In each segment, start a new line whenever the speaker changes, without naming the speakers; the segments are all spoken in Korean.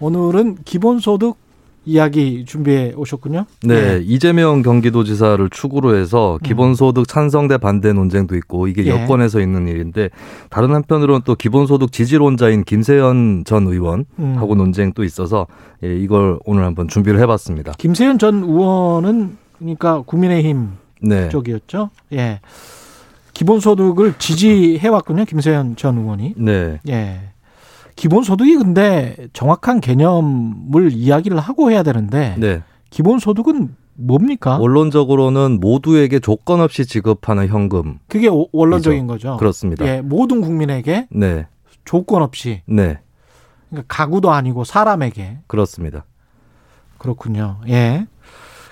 오늘은 기본소득 이야기 준비해 오셨군요.
네,
예.
이재명 경기도지사를 축으로 해서 기본소득 찬성 대 반대 논쟁도 있고 이게
음. 예.
여권에서 있는 일인데 다른 한편으로는 또 기본소득 지지론자인 김세현 전
음.
의원하고 논쟁도 있어서 예, 이걸 오늘 한번 준비를 해봤습니다.
김세현 전 의원은 그러니까 국민의힘
네,
쪽이었죠. 예. 기본소득을 지지해 왔군요. 김세현 전 의원이.
네,
예. 기본소득이 근데 정확한 개념을 이야기를 하고 해야 되는데
네.
기본소득은 뭡니까?
원론적으로는 모두에게 조건 없이 지급하는 현금
그게 오- 원론적인 거죠.
그렇습니다.
예, 모든 국민에게
네,
조건 없이
네,
그러니까 가구도 아니고 사람에게
그렇습니다.
그렇군요. 예.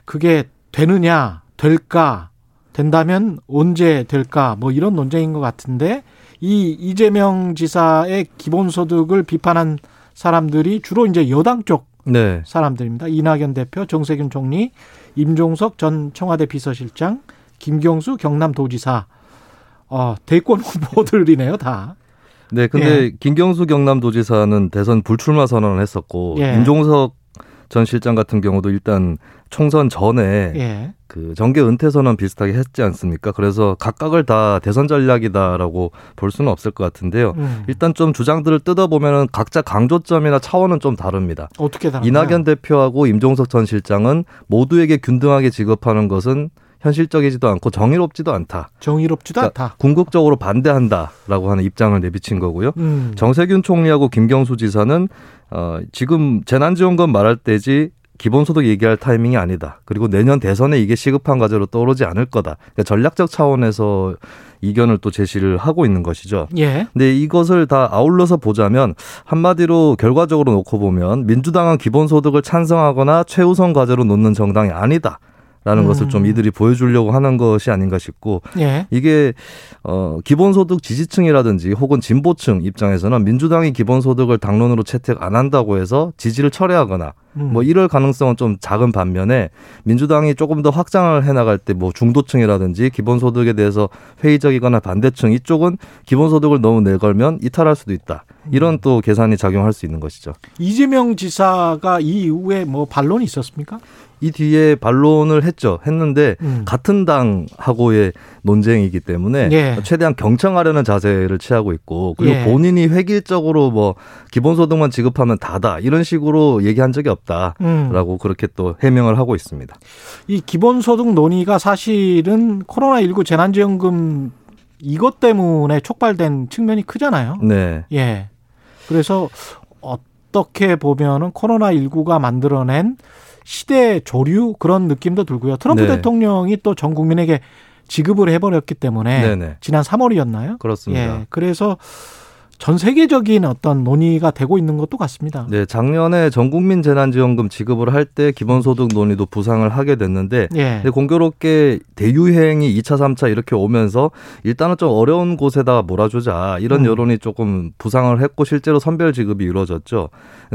그게 되느냐, 될까, 된다면 언제 될까, 뭐 이런 논쟁인 것 같은데, 이 이재명 지사의 기본소득을 비판한 사람들이 주로 이제 여당 쪽
네,
사람들입니다. 이낙연 대표, 정세균 총리, 임종석 전 청와대 비서실장, 김경수 경남도지사, 어, 대권 후보들이네요, 다.
네,
예.
근데 김경수 경남도지사는 대선 불출마 선언을 했었고
예.
임종석 전 실장 같은 경우도 일단 총선 전에
예.
그 정계 은퇴 선언 비슷하게 했지 않습니까? 그래서 각각을 다 대선 전략이다라고 볼 수는 없을 것 같은데요.
음.
일단 좀 주장들을 뜯어보면은 각자 강조점이나 차원은 좀 다릅니다.
어떻게 다르냐?
이낙연 대표하고 임종석 전 실장은 모두에게 균등하게 지급하는 것은 현실적이지도 않고 정의롭지도 않다.
정의롭지도
그러니까
않다.
궁극적으로 반대한다라고 하는 입장을 내비친 거고요.
음.
정세균 총리하고 김경수 지사는 어, 지금 재난지원금 말할 때지 기본소득 얘기할 타이밍이 아니다. 그리고 내년 대선에 이게 시급한 과제로 떠오르지 않을 거다. 그러니까 전략적 차원에서 이견을 또 제시를 하고 있는 것이죠.
예.
근데 이것을 다 아울러서 보자면 한마디로 결과적으로 놓고 보면 민주당은 기본소득을 찬성하거나 최우선 과제로 놓는 정당이 아니다. 라는 것을 좀
음.
이들이 보여주려고 하는 것이 아닌가 싶고
예.
이게 어 기본소득 지지층이라든지 혹은 진보층 입장에서는 민주당이 기본소득을 당론으로 채택 안 한다고 해서 지지를 철회하거나
음.
뭐 이럴 가능성은 좀 작은 반면에 민주당이 조금 더 확장을 해 나갈 때 뭐 중도층이라든지 기본소득에 대해서 회의적이거나 반대층 이쪽은 기본소득을 너무 내걸면 이탈할 수도 있다. 이런 또 계산이 작용할 수 있는 것이죠.
이재명 지사가 이 이후에 뭐 반론이 있었습니까?
이 뒤에 반론을 했죠. 했는데
음.
같은 당하고의 논쟁이기 때문에
예.
최대한 경청하려는 자세를 취하고 있고 그리고
예.
본인이 획일적으로 뭐 기본소득만 지급하면 다다 이런 식으로 얘기한 적이 없다라고
음.
그렇게 또 해명을 하고 있습니다.
이 기본소득 논의가 사실은 코로나19 재난지원금 이것 때문에 촉발된 측면이 크잖아요.
네,
예. 그래서 어떻게 보면은 코로나19가 만들어낸 시대 조류 그런 느낌도 들고요. 트럼프
네.
대통령이 또 전 국민에게 지급을 해버렸기 때문에
네네.
지난 3월이었나요?
그렇습니다.
예. 그래서 전 세계적인 어떤 논의가 되고 있는 것도 같습니다.
네, 작년에 전국민 재난지원금 지급을 할 때 기본소득 논의도 부상을 하게 됐는데
예.
근데 공교롭게 대유행이 2차, 3차 이렇게 오면서 일단은 좀 어려운 곳에다 몰아주자 이런
음.
여론이 조금 부상을 했고 실제로 선별 지급이 이루어졌죠.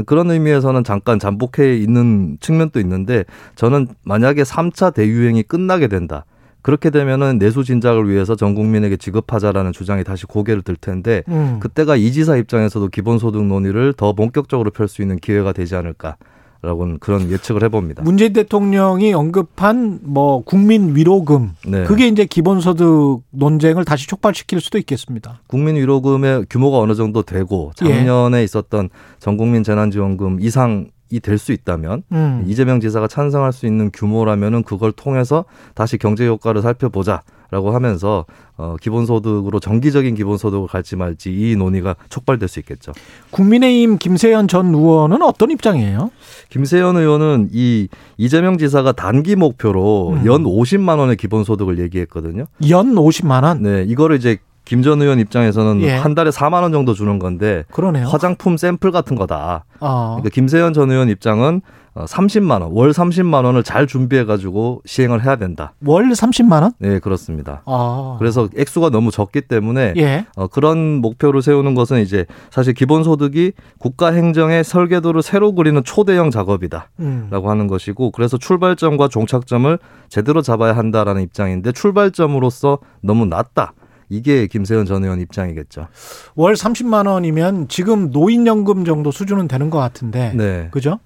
그런 의미에서는 잠깐 잠복해 있는 측면도 있는데 저는 만약에 3차 대유행이 끝나게 된다. 그렇게 되면은 내수 진작을 위해서 전 국민에게 지급하자라는 주장이 다시 고개를 들 텐데
음.
그때가 이 지사 입장에서도 기본소득 논의를 더 본격적으로 펼 수 있는 기회가 되지 않을까라고는 그런 예측을 해봅니다.
문재인 대통령이 언급한 뭐 국민 위로금
네.
그게 이제 기본소득 논쟁을 다시 촉발시킬 수도 있겠습니다.
국민 위로금의 규모가 어느 정도 되고 작년에
예.
있었던 전국민 재난지원금 이상이 될 수 있다면
음.
이재명 지사가 찬성할 수 있는 규모라면은 그걸 통해서 다시 경제 효과를 살펴보자라고 하면서 어, 기본소득으로 정기적인 기본소득을 갈지 말지 이 논의가 촉발될 수 있겠죠.
국민의힘 김세현 전 의원은 어떤 입장이에요?
김세현 의원은 이 이재명 지사가 단기 목표로
음.
연 50만 원의 기본소득을 얘기했거든요.
연 50만 원.
네, 이거를 이제 김 전 의원 입장에서는
예.
한 달에 4만 원 정도 주는 건데
그러네요.
화장품 샘플 같은 거다.
어.
그러니까 김세현 전 의원 입장은 어, 30만 원, 월 30만 원을 잘 준비해 가지고 시행을 해야 된다.
월 30만 원?
네, 그렇습니다.
어.
그래서 액수가 너무 적기 때문에
예.
어, 그런 목표를 세우는 것은 이제 사실 기본소득이 국가 행정의 설계도를 새로 그리는 초대형 작업이다라고
음.
하는 것이고 그래서 출발점과 종착점을 제대로 잡아야 한다라는 입장인데 출발점으로서 너무 낮다. 이게 김세현 전 의원 입장이겠죠.
월 30만 원이면 지금 노인연금 정도 수준은 되는 것 같은데.
네.
그죠?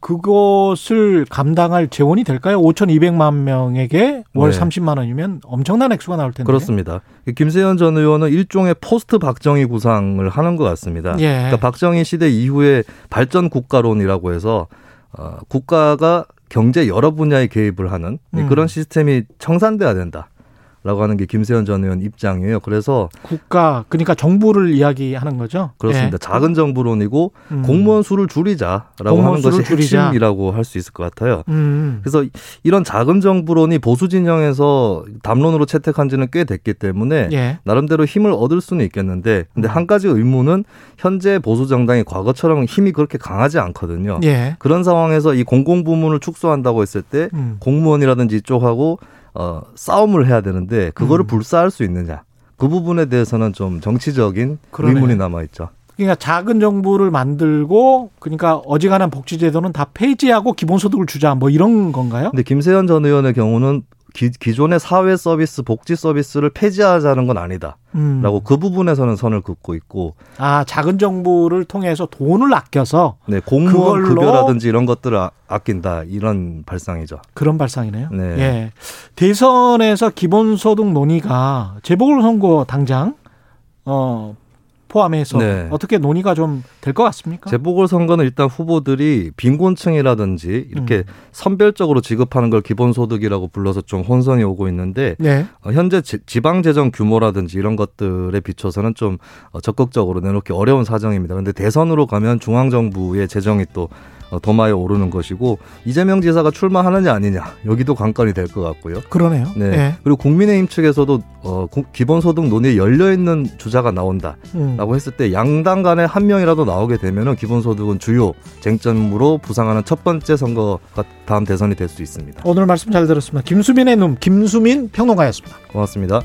그것을 감당할 재원이 될까요? 5,200만 명에게 월
네.
30만 원이면 엄청난 액수가 나올 텐데.
그렇습니다. 김세현 전 의원은 일종의 포스트 박정희 구상을 하는 것 같습니다.
예.
그러니까 박정희 시대 이후에 발전 국가론이라고 해서 어, 국가가 경제 여러 분야에 개입을 하는 이
음.
그런 시스템이 청산돼야 된다라고 하는 게 김세현 전 의원 입장이에요. 그래서
국가 그러니까 정부를 이야기하는 거죠.
그렇습니다. 작은 정부론이고
예. 음.
공무원 수를 줄이자라고
공무원
하는 것이
수를 줄이자.
핵심이라고 할 수 있을 것 같아요.
음.
그래서 이- 이런 작은 정부론이 보수 진영에서 담론으로 채택한 지는 꽤 됐기 때문에
예.
나름대로 힘을 얻을 수는 있겠는데
음.
근데 한 가지 의문은 현재 보수 정당이 과거처럼 힘이 그렇게 강하지 않거든요.
예.
그런 상황에서 이 공공 부문을 축소한다고 했을 때
음.
공무원이라든지 이쪽하고 어, 싸움을 해야 되는데 그거를
음.
불사할 수 있느냐. 그 부분에 대해서는 좀 정치적인
그러네.
의문이 남아 있죠.
그러니까 작은 정부를 만들고 그러니까 어지간한 복지 제도는 다 폐지하고 기본 소득을 주자 뭐 이런 건가요?
근데 김세현 전 의원의 경우는 기, 기존의 사회 서비스, 복지 서비스를 폐지하자는 건 아니다.
음.
라고 그 부분에서는 선을 긋고 있고
아, 작은 정부를 통해서 돈을 아껴서
네, 공무원
그걸로-
급여라든지 이런 것들을 아- 아낀다. 이런 발상이죠.
그런 발상이네요.
네.
예. 대선에서 기본 소득 논의가 재보궐 선거 당장 어 포함해서
네.
어떻게 논의가 좀 될 것 같습니까?
재보궐 선거는 일단 후보들이 빈곤층이라든지 이렇게
음.
선별적으로 지급하는 걸 기본소득이라고 불러서 좀 혼선이 오고 있는데
네.
어, 현재 지- 지방재정 규모라든지 이런 것들에 비춰서는 좀 어, 적극적으로 내놓기 어려운 사정입니다. 근데 대선으로 가면 중앙정부의 재정이 또 어, 도마에 오르는 것이고 이재명 지사가 출마하느냐 아니냐 여기도 관건이 될 것 같고요.
그러네요.
네.
예.
그리고 국민의힘 측에서도 어, 고- 기본소득 논의에 열려 있는 주자가 나온다.
음.
라고 했을 때 양당 간에 한 명이라도 나오게 되면은 기본소득은 주요 쟁점으로 부상하는 첫 번째 선거가 다음 대선이 될 수 있습니다.
오늘 말씀 잘 들었습니다. 김수민의 눈, 김수민 평론가였습니다.
고맙습니다.